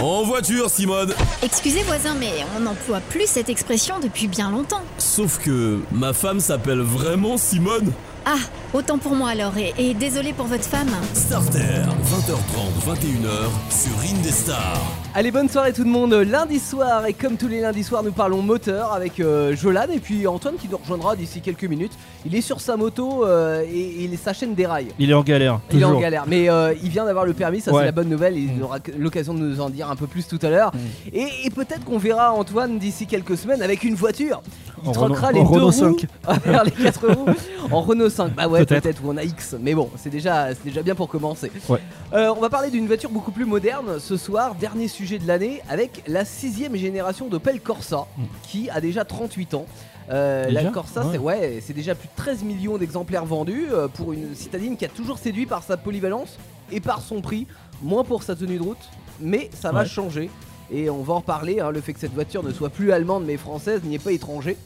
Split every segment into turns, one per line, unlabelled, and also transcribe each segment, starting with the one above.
En voiture, Simone
Excusez voisin, mais on n'emploie plus cette expression depuis bien longtemps.
Sauf que ma femme s'appelle vraiment Simone
Ah, autant pour moi alors, et, et désolé pour votre femme.
Starter, 20h30, 21h sur Indestar.
Allez, bonne soirée tout le monde. Lundi soir, et comme tous les lundis soirs, nous parlons moteur avec euh, Jolane et puis Antoine qui nous rejoindra d'ici quelques minutes. Il est sur sa moto euh, et, et sa chaîne déraille.
Il est en galère.
Il est en
toujours.
galère, mais euh, il vient d'avoir le permis, ça
Ouais. Mm.
c'est la bonne nouvelle, il aura l'occasion de nous en dire un peu plus tout à l'heure. Et, et peut-être qu'on verra Antoine d'ici quelques semaines avec une voiture. Il
En
troquera les
Renault- en
deux
Renault
roues
5.
vers les quatre roues en Renault 5. Bah ouais,
Peut-être.
peut-être, ou en AX, mais bon, c'est déjà, c'est déjà bien pour commencer.
Ouais.
Euh, on va parler d'une voiture beaucoup plus moderne ce soir, dernier sujet de l'année, avec la sixième génération d'Opel Corsa, qui a déjà 38 ans. Euh, la
Mm. Déjà
Corsa, c'est ouais, c'est déjà plus de 13 millions d'exemplaires vendus euh, pour une citadine qui a toujours séduit par sa polyvalence et par son prix, moins pour sa tenue de route, mais ça va
Ouais.
changer. Et on va en reparler, hein, le fait que cette voiture ne soit plus allemande mais française n'y est pas étranger.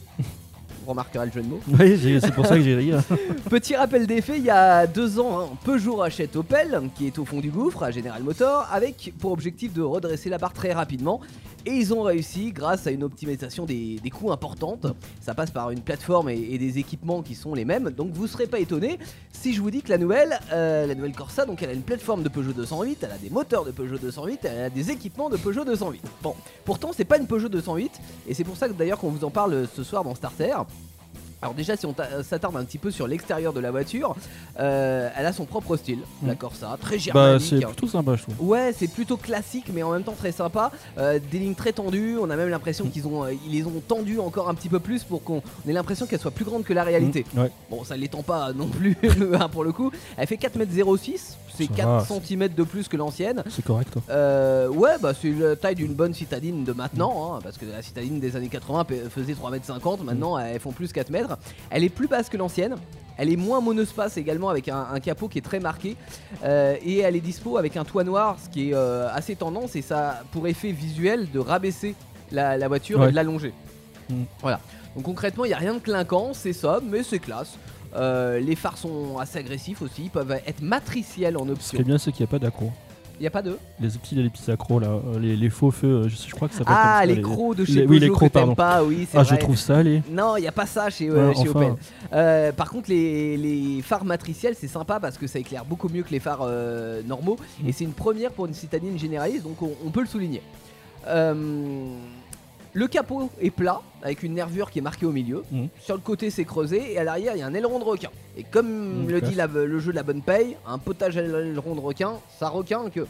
Vous remarquerez le jeu de mots.
Oui, j'ai- c'est pour ça que j'ai ri. hein.
Petit rappel des faits, il y a deux ans, hein, Peugeot rachète Opel, qui est au fond du gouffre, à General Motors, avec pour objectif de redresser la barre très rapidement. Et ils ont réussi grâce à une optimisation des, des coûts importante. Ça passe par une plateforme et, et des équipements qui sont les mêmes. Donc vous serez pas étonné si je vous dis que la nouvelle, euh, la nouvelle Corsa, donc elle a une plateforme de Peugeot 208, elle a des moteurs de Peugeot 208, elle a des équipements de Peugeot 208. Bon, pourtant c'est pas une Peugeot 208, et c'est pour ça que d'ailleurs qu'on vous en parle ce soir dans Starter. Alors déjà, si on t'a- s'attarde un petit peu sur l'extérieur de la voiture, euh, elle a son propre style,
Mm.
la Corsa, très
Bah,
germanique.
c'est plutôt sympa, je trouve.
Ouais, c'est plutôt classique, mais en même temps très sympa. Euh, des lignes très tendues. On a même l'impression qu'ils ont, euh, ils les ont tendues encore un petit peu plus pour qu'on on ait l'impression qu'elle soit plus grande que la réalité.
Mm, ouais.
Bon, ça l'étend pas non plus hein, pour le coup. Elle fait 4m06, c'est
Ça
4
va, c'est-
cm de plus que l'ancienne.
C'est correct. quoi.
Euh, ouais, bah c'est la taille d'une bonne citadine de
Mm.
maintenant, hein, parce que la citadine des années 80 pe- faisait 3m50, maintenant elles font plus 4 mètres. Elle est plus basse que l'ancienne, elle est moins monospace également avec un, un capot qui est très marqué, euh, et elle est dispo avec un toit noir, ce qui est euh, assez tendance, et ça a pour effet visuel de rabaisser la, la voiture et
Ouais.
de l'allonger.
Mm.
Voilà. Donc concrètement, il n'y a rien de clinquant, c'est sobre, mais c'est classe. Euh, les phares sont assez agressifs aussi, ils peuvent être matriciels en
Ce qui
option.
est bien, c'est qu'il n'y a pas d'accro.
Il n'y a pas de... Les
Les petits, les petits accros, là, euh, les, les faux feux, euh, je, sais- je crois que ça s'appelle
Ah,
comme ça,
les crocs de
les-
chez
oui, les
Peugeot
crocs,
que t'aimes
pardon.
pas, oui, c'est
Ah,
vrai.
je trouve ça, les.
Non, il n'y a pas ça chez, euh,
Ouais,
chez
enfin.
Opel. Euh, par contre, les, les phares matriciels, c'est sympa parce que ça éclaire beaucoup mieux que les phares euh, normaux.
Mm.
Et c'est une première pour une citadine généraliste, donc on, on peut le souligner. Euh, le capot est plat, avec une nervure qui est marquée au milieu.
Mm.
Sur le côté, c'est creusé. Et à l'arrière, il y a un aileron de requin. Et comme
Mm,
le
classe.
dit la- le jeu de la bonne paye, un potage à l'aileron de requin, ça requin que.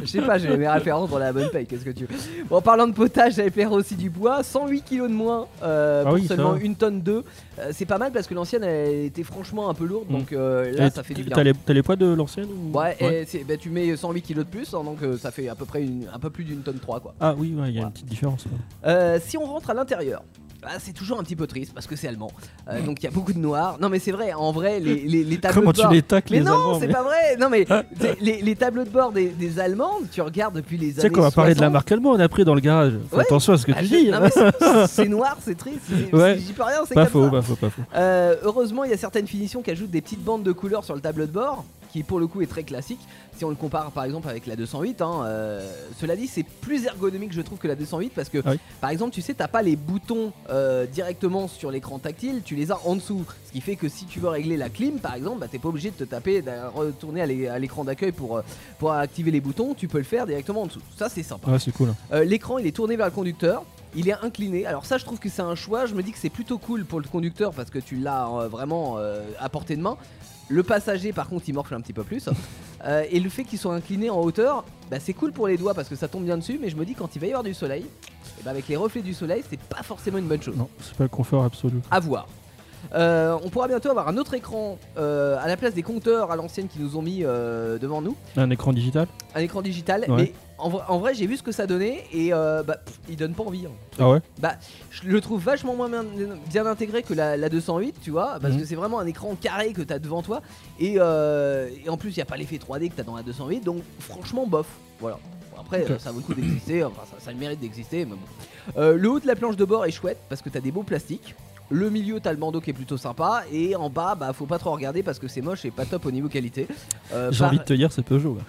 Je sais pas, j'ai mes références dans la bonne paye, qu'est-ce que tu veux. Bon, en parlant de potage, j'allais faire aussi du bois, 108 kg de moins euh,
Ah
pour
oui, ça
seulement
va.
une tonne 2. c'est pas mal parce que l'ancienne elle était franchement un peu lourde,
Mm.
donc euh, là
Et
ça fait
t-
du
T'as
bien.
les, t'as les poids de l'ancienne ou-
Ouais, et c'est- bah, tu mets 108 kg de plus, hein, donc euh, ça fait à peu près une- un peu plus d'une tonne 3 quoi.
Ah oui, ouais, il y a
Voilà.
une petite différence. ouais.
Euh, si on rentre à l'intérieur, ah, c'est toujours un petit peu triste parce que c'est allemand. Euh, donc il y a beaucoup de noir. Non mais c'est vrai, en vrai, les, les, les tableaux
Comment
de
tu
bord-
les tacles,
mais
les
non,
Allemands
c'est
mais- Ah.
pas vrai. Non mais c'est- les, les tableaux de bord des, des Allemands, tu regardes depuis les
Tu
années
sais qu'on va parler de la
60,
marque allemande après dans le garage. Fais
Ouais.
attention à ce que
ah,
tu
je-
dis.
non,
hein.
mais c'est- C'est noir, c'est triste. c'est-
Ouais.
J'y peux rien, c'est
Pas
comme ça.
faux, pas faux, pas faux.
Euh, heureusement, il y a certaines finitions qui ajoutent des petites bandes de couleurs sur le tableau de bord, qui pour le coup est très classique. Si on le compare par exemple avec la 208, hein, euh, cela dit, c'est plus ergonomique je trouve que la 208 parce que
Ah oui.
par exemple, tu sais, t'as pas les boutons euh, directement sur l'écran tactile, tu les as en dessous. Ce qui fait que si tu veux régler la clim par exemple, bah, t'es pas obligé de te taper, de retourner à l'é- à l'écran d'accueil pour, euh, pour activer les boutons, tu peux le faire directement en dessous. Ça, c'est sympa.
Ouais, Ah, c'est cool. hein.
Euh, L'écran il est tourné vers le conducteur, il est incliné. Alors ça je trouve que c'est un choix, je me dis que c'est plutôt cool pour le conducteur parce que tu l'as euh, vraiment euh, à portée de main. Le passager par contre il morfle un petit peu plus. Euh, et le fait qu'il soit incliné en hauteur, bah, c'est cool pour les doigts parce que ça tombe bien dessus, mais je me dis quand il va y avoir du soleil, eh ben, avec les reflets du soleil c'est pas forcément une bonne chose
Non, c'est pas le confort absolu.
à voir. Euh, on pourra bientôt avoir un autre écran euh, à la place des compteurs à l'ancienne qui nous ont mis euh, devant nous
Un écran digital
un écran digital,
Ouais.
mais en, vrai- en vrai, j'ai vu ce que ça donnait et euh, bah, pff, il donne pas envie. hein.
Ah ouais
Je le trouve vachement moins bien, bien intégré que la, la 208, tu vois, parce
Mhm.
que c'est vraiment un écran carré que t'as devant toi et, euh, et en plus, il n'y a pas l'effet 3D que t'as dans la 208, donc franchement, bof. Voilà. Bon, Après,
Ok.
euh, ça vaut le coup d'exister, enfin, ça, ça a le mérite d'exister, mais bon. Euh, le haut de la planche de bord est chouette parce que t'as des beaux plastiques. Le milieu, t'as le bandeau qui est plutôt sympa. Et en bas, bah, faut pas trop regarder parce que c'est moche et pas top au niveau qualité. Euh,
J'ai
par-
envie de te dire, c'est Peugeot. là.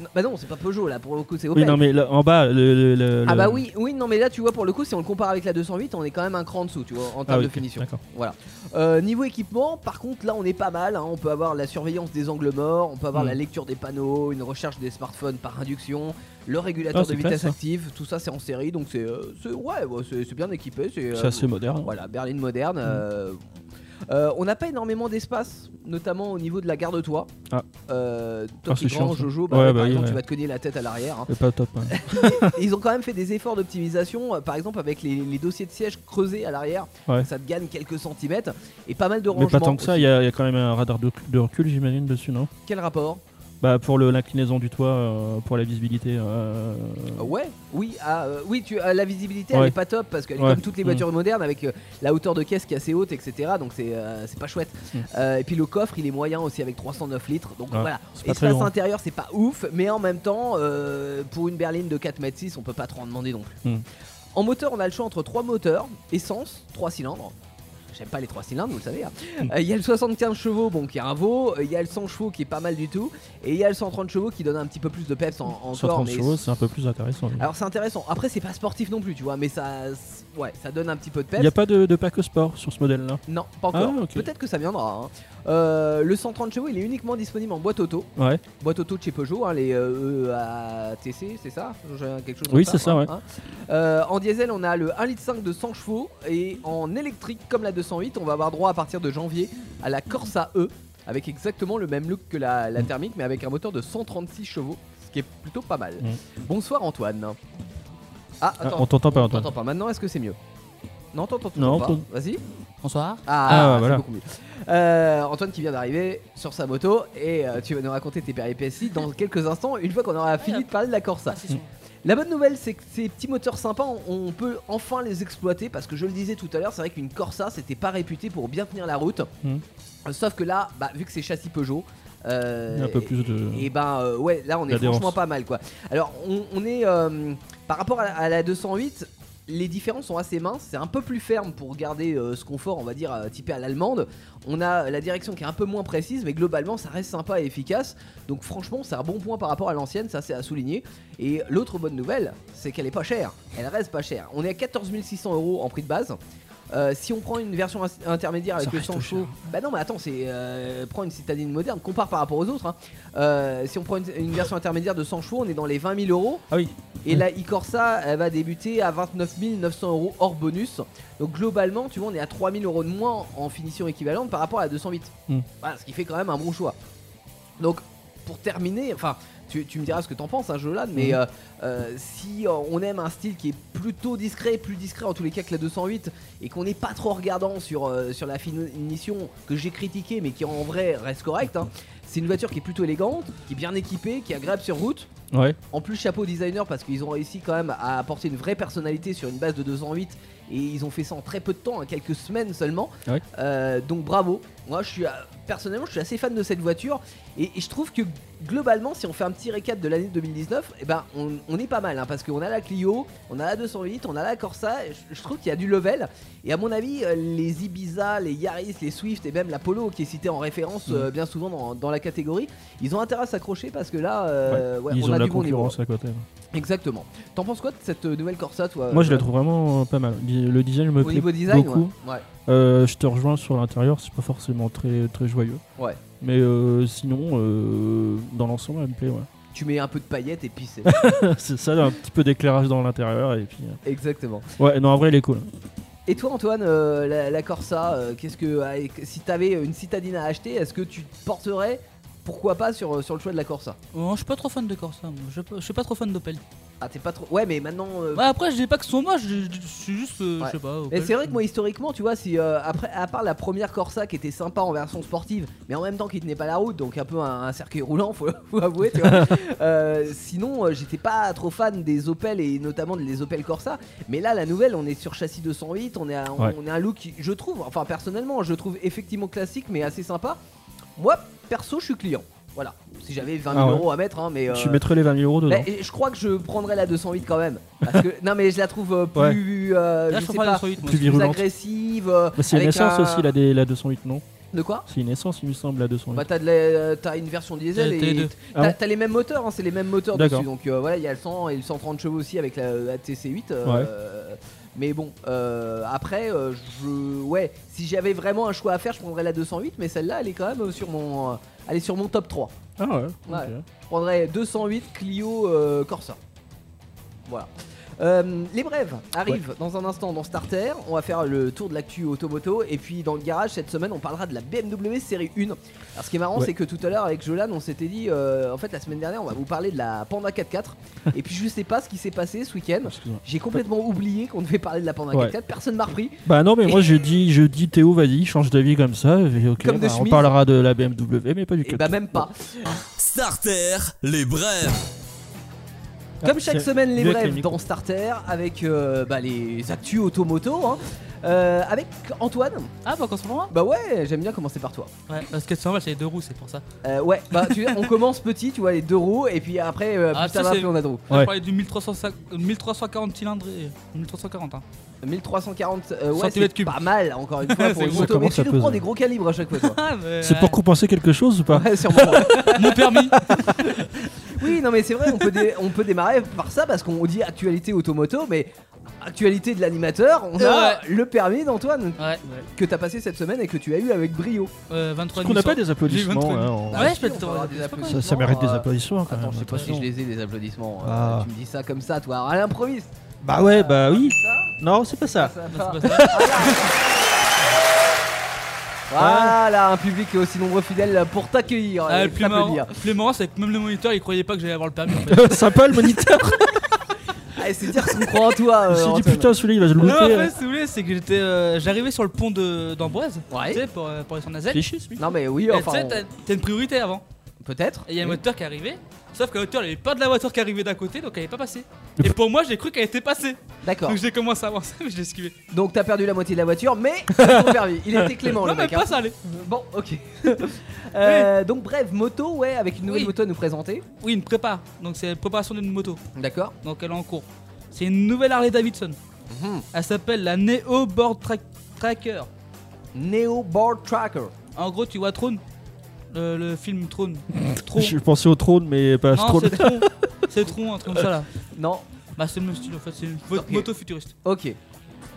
Non, Bah non, c'est pas Peugeot là, pour le coup, c'est Opel.
Oui, non, euh, mais là, en bas, le. le- le-
bah Ah bah
le-
oui, oui, non mais là tu vois pour le coup si on le compare avec la 208 on est quand même un cran en dessous tu vois en
Ah
termes
oui,
de
ok,
finition.
D'accord.
Voilà. Euh, niveau équipement par contre là on est pas mal, hein. on peut avoir la surveillance des angles morts, on peut avoir
Mm.
la lecture des panneaux, une recherche des smartphones par induction, le régulateur
Ah,
de
c'est
vitesse
classe, ça.
active, tout ça c'est en série donc c'est euh, c'est- ouais, ouais, c'est c'est bien équipé, c'est
C'est
euh,
assez Mm. moderne.
voilà, berline moderne. euh, euh, on n'a pas énormément d'espace, notamment au niveau de la garde de toit.
Ah.
Euh, toi
Ah,
qui
c'est chiant,
grand,
ça.
Jojo, bah,
Ouais,
ouais,
bah
par
oui,
exemple,
ouais.
tu vas te cogner la tête à l'arrière. hein.
C'est pas top. hein.
Et Ils ont quand même fait des efforts d'optimisation, euh, par exemple avec les, les dossiers de siège creusés à l'arrière,
Ouais.
ça te gagne quelques centimètres et pas mal de
Mais
rangements.
pas tant que ça, il
aussi.
y, a il y a quand même un radar de, de recul, j'imagine, dessus, non
Quel rapport
Bah, pour le- l'inclinaison du toit, euh, pour la visibilité. euh,
Euh, Ouais, oui, ah, euh, oui tu, ah, la visibilité elle
Ouais.
est pas top parce que
Ouais.
comme toutes les
Mm.
voitures modernes avec euh, la hauteur de caisse qui est assez haute, etc. Donc c'est euh, c'est pas chouette.
Mm.
Euh, et puis le coffre il est moyen aussi avec 309 litres. Donc
Ouais,
voilà,
c'est pas très hein.
espace
grand.
intérieur c'est pas ouf, mais en même temps euh, pour une berline de 4 mètres 6 on peut pas trop en demander non plus.
Mm.
En moteur on a le choix entre trois moteurs, essence, 3 cylindres. J'aime pas les 3 cylindres, vous le savez. hein. Euh, Il
Hmm.
y a le 75 chevaux, bon, qui est un veau. euh, Il y a le 100 chevaux qui est pas mal du tout. Et il y a le 130 chevaux qui donne un petit peu plus de peps en, encore.
130
mais
chevaux, c'est un peu plus intéressant. lui.
alors c'est intéressant. Après c'est pas sportif non plus, tu vois, mais ça, ouais, ça donne un petit peu de
Il
peps.
n'y a pas de, de pack au sport sur ce modèle-là.
Non, pas encore.
Ah, ok.
Peut-être que ça viendra. hein. Euh, le 130 chevaux, il est uniquement disponible en boîte auto.
Ouais.
Boîte auto de chez Peugeot, hein, les euh, EATC, c'est ça J'ai Quelque chose
Oui,
comme
c'est ça,
hein,
ouais.
hein. Euh, en diesel, on a le 1,5 litre de 100 chevaux. Et en électrique, comme la 208, on va avoir droit à partir de janvier à la Corsa E. Avec exactement le même look que la,
Mm.
la thermique, mais avec un moteur de 136 chevaux. Ce qui est plutôt pas mal. Bonsoir Antoine. Ah,
Mm. Ah,
attends.
on t'entend pas,
On
Antoine.
t'entend pas. Maintenant, est-ce que c'est mieux Non, t'entends
Non,
toujours pas.
t'entends-
Vas-y.
Bonsoir.
Ah,
Ah, voilà.
c'est beaucoup mieux. Euh, Antoine qui vient d'arriver sur sa moto et euh, tu vas nous raconter tes péripéties dans quelques instants, une fois qu'on aura fini de parler de la Corsa.
Ah, c'est son-
La bonne nouvelle, c'est que ces petits moteurs sympas, on on peut enfin les exploiter parce que je le disais tout à l'heure, c'est vrai qu'une Corsa, c'était pas réputé pour bien tenir la route.
Mhm.
Euh, Sauf que là, bah, vu que c'est châssis Peugeot, euh,
Il y a un peu plus de.
et ben euh, ouais, là on est
L'adhérence.
franchement pas mal quoi. Alors on, on est euh, par rapport à la, à la 208, les différences sont assez minces. C'est un peu plus ferme pour garder euh, ce confort, on va dire euh, typé à l'allemande. On a la direction qui est un peu moins précise, mais globalement ça reste sympa et efficace. Donc franchement c'est un bon point par rapport à l'ancienne, ça c'est à souligner. Et l'autre bonne nouvelle, c'est qu'elle est pas chère. Elle reste pas chère. On est à 14 600 euros en prix de base. Euh, si on prend une version ins- intermédiaire avec
Ça
le
reste
100 chevaux, bah non, mais attends, c'est euh, prends une citadine moderne, compare par rapport aux autres. hein. Euh, si on prend une, une version intermédiaire de 100 chevaux, on est dans les 20 000 euros.
Ah oui.
Et la e-Corsa, elle va débuter à 29 900 euros hors bonus. Donc globalement, tu vois, on est à 3 000 euros de moins en finition équivalente par rapport à la 208.
Mm.
Voilà, ce qui fait quand même un bon choix. Donc pour terminer, enfin, tu, tu me diras ce que t'en penses, hein, Jolan, mais
Mhm.
euh, euh, si euh, on aime un style qui est plutôt discret, plus discret en tous les cas que la 208, et qu'on n'est pas trop regardant sur, euh, sur la finition que j'ai critiqué, mais qui en vrai reste correcte, hein, c'est une voiture qui est plutôt élégante, qui est bien équipée, qui est agréable sur route.
Ouais.
En plus, chapeau aux designers parce qu'ils ont réussi quand même à apporter une vraie personnalité sur une base de 208 et ils ont fait ça en très peu de temps, en quelques semaines seulement.
Ouais.
Euh, donc bravo. Moi, je suis euh, personnellement, je suis assez fan de cette voiture et, et je trouve que globalement, si on fait un petit récap de l'année 2019, eh ben on, on est pas mal hein, parce qu'on a la Clio, on a la 208, on a la Corsa. et Je, je trouve qu'il y a du level et à mon avis, euh, les Ibiza, les Yaris, les Swift et même la Polo qui est citée en référence
Mm.
euh, bien souvent dans, dans la catégorie, ils ont intérêt à s'accrocher parce que là, euh, ouais,
Ils
on
ont
a
de la
du bon niveau. Euh,
concurrence à côté.
Exactement. T'en penses quoi de cette euh, nouvelle Corsa, toi
Moi, je la
Johan
trouve vraiment euh, pas mal. Di- Le design me
Au
plaît
niveau design,
beaucoup.
ouais. Ouais.
Euh, je te rejoins sur l'intérieur, c'est pas forcément très, très joyeux.
Ouais.
Mais euh, sinon, euh, dans l'ensemble, elle me plaît. Ouais.
Tu mets un peu de paillettes et puis c'est.
c'est ça, un petit peu d'éclairage dans l'intérieur. Et puis, euh,
Exactement.
ouais, non, en vrai, elle est cool.
Et toi, Antoine, euh, la, la Corsa, euh, qu'est-ce que ah, et que- si t'avais une citadine à acheter, est-ce que tu te porterais pourquoi pas sur, euh, sur le choix de la Corsa
Oh, je suis pas trop fan de Corsa. moi. Je, je suis pas trop fan d'Opel.
Ah, t'es pas trop. Ouais, mais maintenant. euh,
Bah, après, je dis pas que ce soit moi, je, je- je suis juste. euh,
Ouais.
Je sais pas.
mais
Opel.
c'est vrai que moi historiquement tu vois si euh, après à part la première Corsa qui était sympa en version sportive mais en même temps qui tenait pas la route donc un peu un, un cercueil roulant faut, faut avouer tu vois Euh, sinon euh, j'étais pas trop fan des Opel et notamment des Opel Corsa mais là la nouvelle on est sur châssis 208 on est à- on,
Ouais.
on est un look qui, je trouve enfin personnellement je trouve effectivement classique mais assez sympa moi perso je suis client voilà si j'avais 20 000
Ah ouais.
euros à mettre hein, mais
Tu hein.
euh,
mettrais les 20 000 euros dedans.
bah, je crois que je prendrais la 208 quand même parce que non mais je la trouve euh, plus euh,
Là,
je
je
sais
comprends
pas
pas 208, moi.
plus
plus
virulente.
agressive. euh,
Bah, c'est une
avec
essence
un-
aussi, la, D- la 208, non
De quoi
C'est une essence, il me semble, à 200
bah
litres.
t'as, de la- t'as une version diesel
T'as-
et
t'as les deux.
Ah
t'as,
bon
t'as les mêmes moteurs, hein, c'est les mêmes moteurs
D'accord.
dessus. Donc euh, voilà, il y a le 100 et le 130 chevaux aussi avec la, la TC8. euh, Mais bon, euh, après, euh, je, ouais, si j'avais vraiment un choix à faire, je prendrais la 208, mais celle-là, elle est quand même sur mon, euh, elle est sur mon top 3.
Ah ouais.
Ouais.
ok.
Je prendrais 208 Clio euh, Corsa. Voilà. Euh, les brèves arrivent dans un instant dans Starter. On va faire le tour de l'actu automoto. Et puis dans le garage, cette semaine, on parlera de la BMW série 1. Alors ce qui est marrant,
Ouais.
c'est que tout à l'heure, avec Jolan, on s'était dit euh, en fait, la semaine dernière, on va vous parler de la Panda 4x4. et puis je sais pas ce qui s'est passé ce week-end.
Excuse-moi.
J'ai complètement oublié qu'on devait parler de la Panda
Ouais.
4x4. Personne m'a repris.
Bah non, mais moi je dis, je dis Théo, vas-y, change d'avis comme ça. et ok,
Comme de
bah, on
chemise.
parlera de la BMW, mais pas du
Et
cut.
bah, même pas.
Starter, les brèves.
Ah,
Comme chaque
c'est-
semaine, les
mieux que les
brèves
micros.
dans Starter avec euh, bah, les actus automoto. hein. Euh, avec Antoine.
Ah, bah, quand ce moment
Bah ouais, j'aime bien commencer par toi.
Ouais, parce que c'est normal, c'est les deux roues, c'est pour ça.
Euh, ouais, bah tu, on commence petit, tu vois, les deux roues, et puis après, euh,
Ah,
plus ça
ça,
va,
c'est-
plus on a de roues.
On
Ouais.
parlait du 1305 euh, 1340 cylindrés. 1340, hein.
1340, euh, ouais,
Centimètres
c'est
cubes.
pas mal, encore une fois, pour
C'est
une moto.
gros.
Ça
Mais
commence
tu
à
nous prends
peser.
des gros calibres à chaque fois, toi.
Ah, mais,
C'est
ouais.
pour compenser quelque chose ou pas
Ouais, sûrement.
Mon permis.
oui, non, mais c'est vrai, on peut, dé- on peut démarrer par ça, parce qu'on dit actualité automoto, mais actualité de l'animateur, on a
Ouais.
le permis d'Antoine,
ouais,
que t'as passé cette semaine et que tu as eu avec brio.
euh, 23
Est-ce qu'on n'a pas
Nissan.
des applaudissements
J'ai
hein, on-
Ah ouais,
si,
je peux
on
te-
peut avoir des
je peux
applaudissements,
ça, ça mérite des
euh,
applaudissements quand
Attends,
même. hein,
je sais pas si
attention.
je les ai, les applaudissements. euh,
Ah.
Tu me dis ça comme ça, toi, à l'improviste. Ah,
Bah ouais, bah oui.
Ça,
Non, c'est pas Ah, ça.
ça, ça.
Non, c'est pas ça.
Voilà, un public aussi nombreux fidèle pour t'accueillir.
Ah,
euh,
le plus marrant,
t'applaudir.
le plus marrant, c'est que même le moniteur, il croyait pas que j'allais avoir le permis. en fait.
Sympa le moniteur.
Allez, c'est dire ce qu'on croit en toi.
Je
euh,
me suis dit
Antoine.
putain, celui-là il va le
Non, en fait,
louper. euh.
si vous voulez, c'est que j'étais, euh, j'arrivais sur le pont de- d'Amboise,
Ouais.
tu sais, pour, euh, pour aller sur Nazelle.
Cliché celui
Non, mais oui,
Et
enfin.
tu sais,
on-
t'as- t'as une priorité avant.
Peut-être.
Et il y a un
Oui.
moteur qui est arrivé, sauf que la moteur, il avait peur de la voiture qui arrivait d'un côté, donc elle est pas passée. Et pour moi, j'ai cru qu'elle était passée.
D'accord.
Donc j'ai commencé à avancer, mais je l'ai esquivé.
Donc t'as perdu la moitié de la voiture, mais t'as ton permis. Il était clément
non,
le
même
mec. hein.
pas ça allait.
Bon, ok. Euh, Donc bref, moto, ouais, avec une nouvelle
Oui.
moto à nous présenter.
Oui, une prépa. Donc c'est la préparation d'une moto.
D'accord.
Donc elle est en cours. C'est une nouvelle Harley Davidson.
Mhm.
Elle s'appelle la Neo Board Track- Tracker.
Neo Board Tracker.
En gros, tu vois Tron Le- Le film Tron. Tron.
Je pensais au trône, mais pas à ce
Non,
trône.
c'est Tron. C'est Tron, un truc comme ça là.
Non.
Bah, c'est le même style en fait, c'est une
Ok.
moto futuriste.
Ok.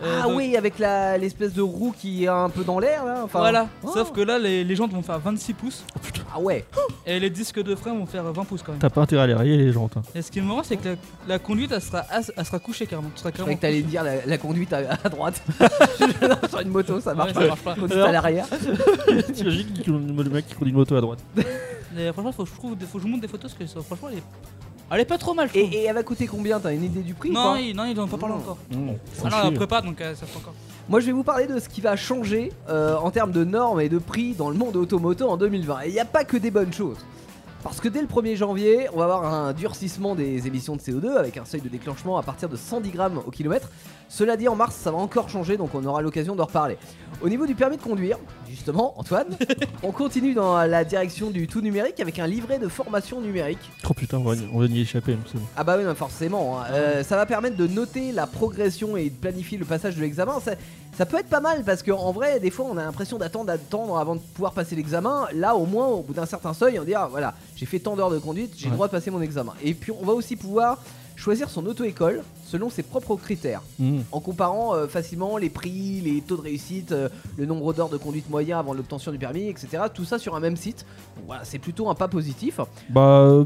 Euh,
ah
donc,
oui, avec la l'espèce de roue qui est un peu dans l'air là. Enfin.
Voilà,
Oh.
sauf que là les, les jantes vont faire 26 pouces
Oh, putain,
Ah ouais.
et les disques de frein vont faire 20 pouces quand même.
T'as pas intérêt à les rayer les gens. toi.
Et ce qui est marrant, c'est que la, la conduite elle sera, as- elle sera couchée carrément. Tu seras
Je
carrément
croyais que t'allais dire la, la conduite à, à droite. Non, Sur une moto, ça marche
Ouais, ça marche pas.
pas. Conduite à l'arrière.
T'imagines qu'il- le mec qui conduit une moto à droite.
Mais franchement, faut que je, trouve, des- faut que je vous montre des photos parce que ça- franchement, elle est, elle est pas trop mal. Je trouve.
Et, et elle va coûter combien T'as une idée du prix ou
non,
pas
ils, non, ils en ont pas parlé
Non.
encore.
Faut
Ah non, on
chier.
prépare donc euh, ça fait encore.
Moi, je vais vous parler de ce qui va changer euh, en termes de normes et de prix dans le monde automoto en 2020. Et il n'y a pas que des bonnes choses. Parce que dès le 1er janvier, on va avoir un durcissement des émissions de CO2 avec un seuil de déclenchement à partir de 110 grammes au kilomètre. Cela dit, en mars, ça va encore changer, donc on aura l'occasion d'en reparler. Au niveau du permis de conduire, justement, Antoine, on continue dans la direction du tout numérique avec un livret de formation numérique.
Oh putain, on va, on va y échapper. c'est bon.
Ah bah oui, non, forcément. hein. Euh, ça va permettre de noter la progression et de planifier le passage de l'examen. Ça, ça peut être pas mal parce qu'en vrai, des fois, on a l'impression d'attendre, d'attendre avant de pouvoir passer l'examen. Là, au moins, au bout d'un certain seuil, on dit ah, voilà, j'ai fait tant d'heures de conduite, j'ai le
Ouais.
droit de passer mon examen. Et puis, on va aussi pouvoir choisir son auto-école selon ses propres critères
Mmh.
en comparant euh, facilement les prix, les taux de réussite, euh, le nombre d'heures de conduite moyen avant l'obtention du permis, etc. Tout ça sur un même site. Voilà, c'est plutôt un pas positif.
Bah. euh,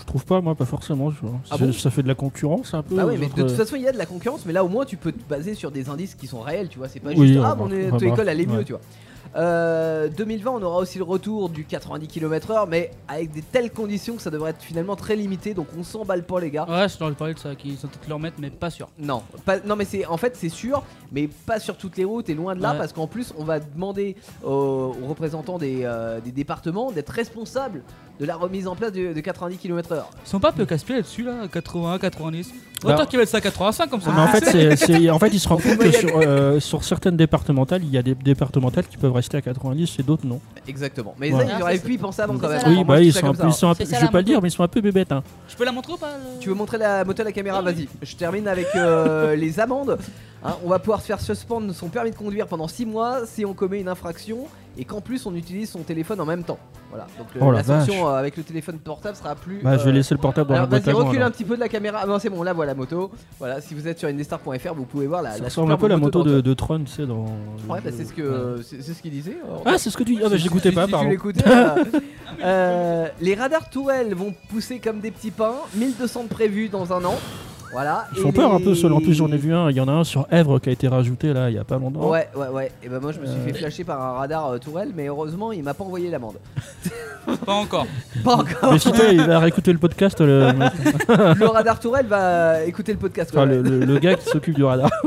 Je trouve pas, moi, pas forcément. je vois.
Ah
C'est-
bon
ça fait de la concurrence un peu.
Bah oui,
aux
mais
autres,
de toute
euh,
façon, il y a de la concurrence, mais là au moins tu peux te baser sur des indices qui sont réels, tu vois. C'est pas
Oui,
juste
on
ah,
remarque,
mon
on
auto
remarque,
école allait mieux,
ouais.
tu vois. Euh, 2020, on aura aussi le retour du 90 km/h, mais avec des telles conditions que ça devrait être finalement très limité, donc on s'emballe pas, les gars.
Ouais, je t'en ai parlé de ça, qu'ils ont peut-être leur mettre, mais pas sûr.
Non, pas- non, mais c'est en fait c'est sûr, mais pas sur toutes les routes et loin de là,
Ouais.
parce qu'en plus on va demander aux, aux représentants des, euh, des départements d'être responsables de la remise en place de, de 90 km/h.
Ils sont pas un peu casse-pieds là-dessus là, 81, 90.
Bah-
Autant qu'ils mettent ça à 85 comme ça.
mais en fait, c'est, c'est- en fait, ils se rendent compte que
moyenne.
sur, euh, sur certaines départementales, il y a des départementales qui peuvent rester à 90 et d'autres non.
Exactement, mais
Ouais.
ça, ils
Ah,
auraient
c'est
pu y penser avant quand
C'est
même.
ça,
Enfin,
là.
oui,
moi,
bah
je dis
ils
ça
sont un
comme ça,
peu, ils sont un
C'est
peu-
ça,
je vais
la
pas le
moto.
dire, mais ils sont un peu bébêtes. Hein.
Je peux la montrer ou pas le-
Tu veux montrer la moto à la caméra Vas-y. Je termine avec euh, les amendes. Hein, on va pouvoir se faire suspendre son permis de conduire pendant 6 mois si on commet une infraction et qu'en plus on utilise son téléphone en même temps. Voilà. Donc le-
Oh la
la sanction euh, avec le téléphone portable sera plus.
Bah, je vais
euh,
laisser le portable dans la
alors
boîte
vas-y,
à gants,
recule
alors.
un petit peu de la caméra. Ah, non, c'est bon, là voilà la moto. Voilà, si vous êtes sur indestar.fr, vous pouvez voir la,
Ça
la
ressemble un
superbe
peu à la moto
d'Antoine.
de, de Tron, tu sais, dans. le
Ouais, bah,
jeu.
c'est ce que
Ouais.
c'est c'est ce qu'il disait. euh,
Ah, c'est ce que tu dis. Ah, bah, je
si-
l'écoutais
si-
pas,
si
pardon.
tu l'écoutais, euh, euh, les radars tourelles vont pousser comme des petits pains. 1200 de prévus dans un an. Voilà.
Ils
et
font peur un peu,
les-
seuls. En plus, j'en ai vu un. Il y en a un sur Èvre qui a été rajouté là, il y a pas longtemps.
Ouais, ouais, ouais. Et ben moi, je me suis
Euh.
fait flasher par un radar euh, tourelle, mais heureusement, il m'a pas envoyé l'amende.
Pas encore.
Pas encore.
Mais si toi, il va réécouter le podcast, le,
le radar tourelle va écouter le podcast. ouais,
enfin,
ouais.
Ah, le, le- le gars qui s'occupe du radar.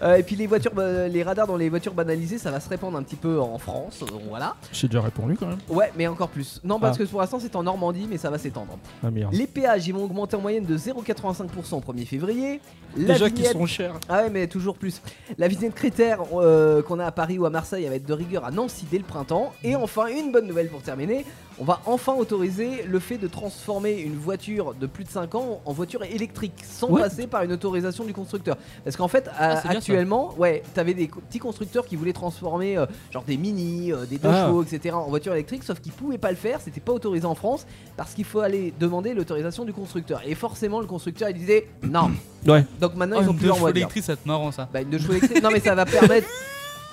Euh, et puis les voitures, bah, les radars dans les voitures banalisées, ça va se répandre un petit peu en France. donc voilà.
J'ai déjà répondu quand même.
Ouais, mais encore plus. Non, parce
Ah.
que pour l'instant, c'est en Normandie, mais ça va s'étendre.
Ah merde.
Les péages, ils vont augmenter en moyenne de 0,85% au 1er février. La
Déjà qu'ils
vignette...
sont chers.
Ah ouais, mais toujours plus. La vignette critère euh, qu'on a à Paris ou à Marseille, elle va être de rigueur à Nancy dès le printemps. Et enfin, une bonne nouvelle pour terminer, on va enfin autoriser le fait de transformer une voiture de plus de 5 ans en voiture électrique sans
Ouais.
passer par une autorisation du constructeur. Parce qu'en fait, à-
Ah, c'est bien ça.
actuellement, ouais, t'avais des co- petits constructeurs qui voulaient transformer euh, genre des mini, euh, des deux
Ah.
chevaux, etc. en voiture électrique, sauf qu'ils pouvaient pas le faire, c'était pas autorisé en France parce qu'il faut aller demander l'autorisation du constructeur. Et forcément, le constructeur il disait non.
Ouais.
Donc maintenant,
Oh,
ils ont
une
plus hein. leur
deux
mot à dire.
électrique, ça va être marrant ça.
Bah, une de chevaux électriques. non, mais ça va permettre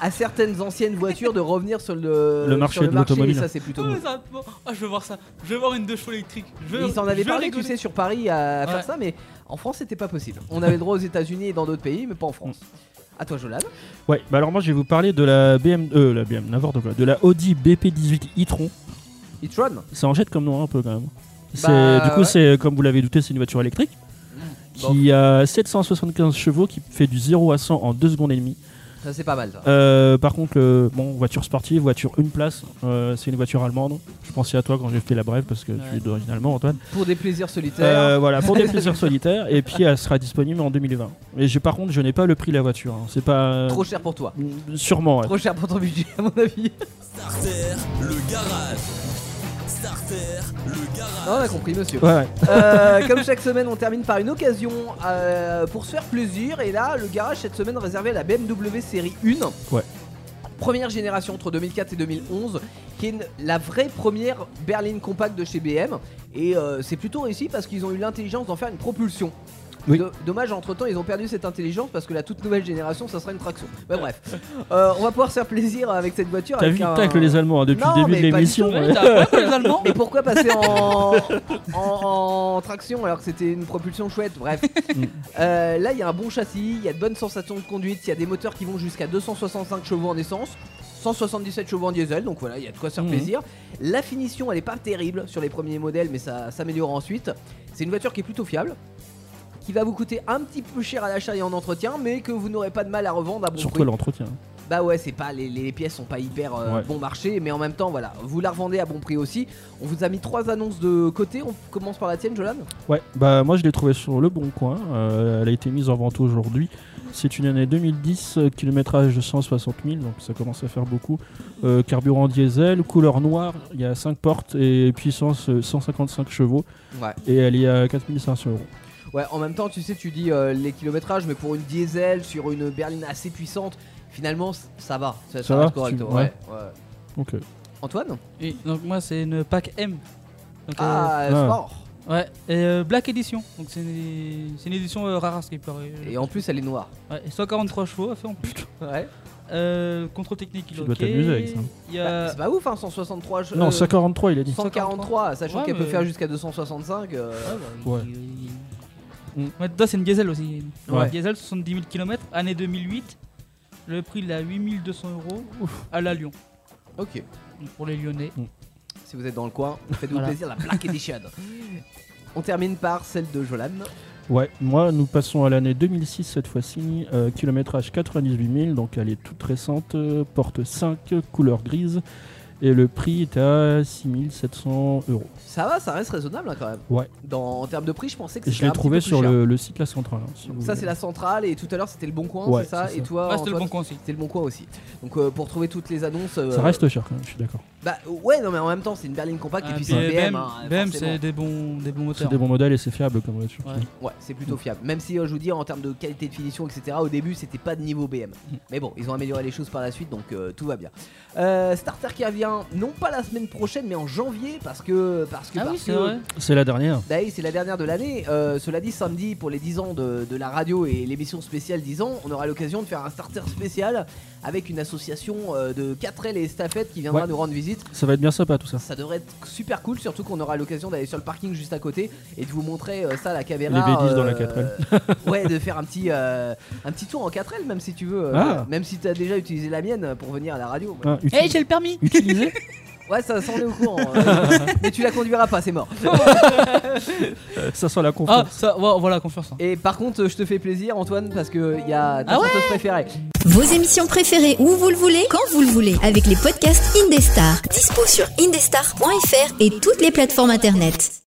à certaines anciennes voitures de revenir sur le,
Le marché
sur
de l'automobile.
et Ça, c'est plutôt
Oh,
beau.
mais ça va être marrant. Ah, je veux voir ça. Je veux voir une deux chevaux électrique. Je veux,
Ils en avaient
je veux
parlé, tu
rigoler.
sais, sur Paris à
Ouais.
faire ça, mais en France, c'était pas possible. On avait le droit aux États-Unis et dans d'autres pays, mais pas en France. À toi, Jolan.
Ouais, bah alors moi je vais vous parler de la BM, euh, la BM, n'importe quoi, de la Audi BP18 e-tron.
E-tron
Ça en jette comme nom un peu quand même. C'est-
Bah,
du coup,
ouais. Mmh.
c'est euh, comme vous l'avez douté, c'est une voiture électrique qui a 775 chevaux, qui fait du 0 à 100 en 2 secondes et demie.
Ça, c'est pas mal, ça.
Euh, par contre, le- bon, voiture sportive, voiture une place, euh, c'est une voiture allemande. Je pensais à toi quand j'ai fait la brève parce que tu es d'origine allemande, Antoine.
Pour des plaisirs solitaires.
Euh, voilà, pour des plaisirs solitaires. Et puis elle sera disponible en 2020. Mais j'ai- par contre, je n'ai pas le prix de la voiture. hein. C'est pas.
Trop cher pour toi.
Sûrement, ouais.
Trop cher pour ton budget, à mon avis.
Starter, le garage. Starter, le garage.
Non, on a compris, monsieur.
Ouais, ouais.
Euh, comme chaque semaine, on termine par une occasion euh, pour se faire plaisir. Et là, le garage cette semaine réservé à la BMW série 1.
Ouais.
Première génération entre 2004 et 2011, qui est une- la vraie première berline compacte de chez BM. Et euh, c'est plutôt réussi parce qu'ils ont eu l'intelligence d'en faire une propulsion.
Oui.
Do- Dommage, entre temps, ils ont perdu cette intelligence parce que la toute nouvelle génération, ça sera une traction. Mais bref, Euh, on va pouvoir se faire plaisir avec cette voiture.
T'as
avec
vu
un-
le tacle les Allemands hein, depuis
Non,
le début de
mais pas du
l'émission.
tout,
ouais.
Ouais, t'as un problème, les Allemands
mais pourquoi passer en, en, en traction alors que c'était une propulsion chouette Bref.
Mm.
Euh, là, il y a un bon châssis, il y a de bonnes sensations de conduite, il y a des moteurs qui vont jusqu'à 265 chevaux en essence. 177 chevaux en diesel, donc voilà, il y a de quoi se faire
Mhm.
plaisir. La finition, elle est pas terrible sur les premiers modèles, mais ça s'améliore ensuite. C'est une voiture qui est plutôt fiable, qui va vous coûter un petit peu cher à l'achat et en entretien, mais que vous n'aurez pas de mal à revendre à bon
Surtout
prix.
l'entretien.
Bah ouais, c'est pas les, les pièces sont pas hyper euh,
Ouais.
bon marché, mais en même temps, voilà, vous la revendez à bon prix aussi. On vous a mis trois annonces de côté. On commence par la tienne, Jolan.
Ouais, bah moi je l'ai trouvée sur le bon coin. Euh, elle a été mise en vente aujourd'hui. C'est une année 2010, euh, kilométrage de 160 000, donc ça commence à faire beaucoup. Euh, carburant diesel, couleur noire, il y a 5 portes et puissance euh, 155 chevaux.
Ouais.
Et elle est à 4500 euros.
Ouais. En même temps, tu sais, tu dis euh, les kilométrages, mais pour une diesel sur une berline assez puissante, finalement, c- ça va. Ça,
Ça
reste
va,
correct.
tu-
ouais,
ouais.
ouais.
Donc, euh,
Antoine.
Oui, donc moi c'est une pack M. Donc,
Ah,
ouais.
sport.
euh, ouais, et euh, Black Edition. Donc c'est une, c'est une édition euh, rare à ce qui paraît.
Et en plus, elle est noire.
Ouais, et 143 chevaux, elle fait en putain.
Ouais.
Euh, contrôle technique, il
Tu
est
dois
ok.
t'amuser avec ça.
Il y a
C'est pas ouf, hein, 163. je-
Non,
euh,
143 il a dit.
143, sachant
Ouais,
qu'elle peut
mais-
faire jusqu'à 265. euh,
Ouais, bah,
Ouais.
il- il-
Mm.
Ouais, dedans, c'est une diesel aussi.
Ouais.
Diesel, 70 000 km, année 2008. Le prix, il est à 8200 euros à la Lyon,
Ok.
donc pour les Lyonnais.
Si vous êtes dans le coin, faites-vous
Voilà.
plaisir, la Black Edition. On termine par celle de Jolan.
Ouais, moi nous passons à l'année 2006 cette fois-ci, euh, kilométrage 98 000, donc elle est toute récente, euh, porte 5, couleur grise, et le prix est à 6700 euros.
Ça va, ça reste raisonnable hein, quand même.
Ouais.
Dans, en termes de prix, je pensais que
Je
c'était
l'ai
un petit
trouvé
peu plus
sur
cher.
le, le site La Centrale. hein, si
Ça,
vous voulez.
c'est la centrale et tout à l'heure c'était le bon coin,
Ouais,
c'est ça
c'est
Et
ça.
Oh, toi,
Ah, c'était le
Antoine,
bon coin aussi.
c'était le bon coin aussi. Donc euh, pour trouver toutes les annonces, euh,
Ça reste cher quand même, je suis d'accord.
Bah ouais, non, mais en même temps, c'est une berline compacte et
Ah,
puis
puis,
c'est un
euh,
BM.
BM,
hein,
BM,
forcément. Ah
c'est des bons, des bons
C'est
moteurs.
des bons modèles et c'est fiable comme voiture.
Ouais.
Ouais, c'est plutôt fiable. Même si euh, je vous dis en termes de qualité de finition, etc. Au début, c'était pas de niveau BM. Mais bon, ils ont amélioré les choses par la suite, donc euh, tout va bien. Euh, Starter qui revient non pas la semaine prochaine, mais en janvier, parce que parce que
Ah
parce
oui, c'est
que-
vrai.
C'est la dernière.
Bah oui, c'est la dernière de l'année. Euh, cela dit, samedi, pour les 10 ans de, de la radio et l'émission spéciale 10 ans, on aura l'occasion de faire un starter spécial avec une association euh, de 4L et Staffette qui viendra
Ouais.
nous rendre visite.
Ça va être bien sympa tout ça.
Ça devrait être super cool, surtout qu'on aura l'occasion d'aller sur le parking juste à côté et de vous montrer euh, ça à la caméra. euh,
Les V10 dans la 4L.
ouais, de faire un petit, euh, un petit tour en 4L, même si tu veux. euh,
Ah.
Même si tu as déjà utilisé la mienne pour venir à la radio.
Hein, uti-
Eh,
Hey, j'ai le permis
Utilisé
Ouais, ça, ça, on est au courant. euh, mais tu la conduiras pas, c'est mort.
Ça sent la
Ah,
confiance.
ça, voilà, voilà, confiance. hein.
Et par contre, je te fais plaisir, Antoine, parce que y a ta
Ah ouais
chanteuse préférée.
Vos émissions préférées où vous le voulez, quand vous le voulez, avec les podcasts Indestar. Dispo sur indestar.fr et toutes les plateformes internet.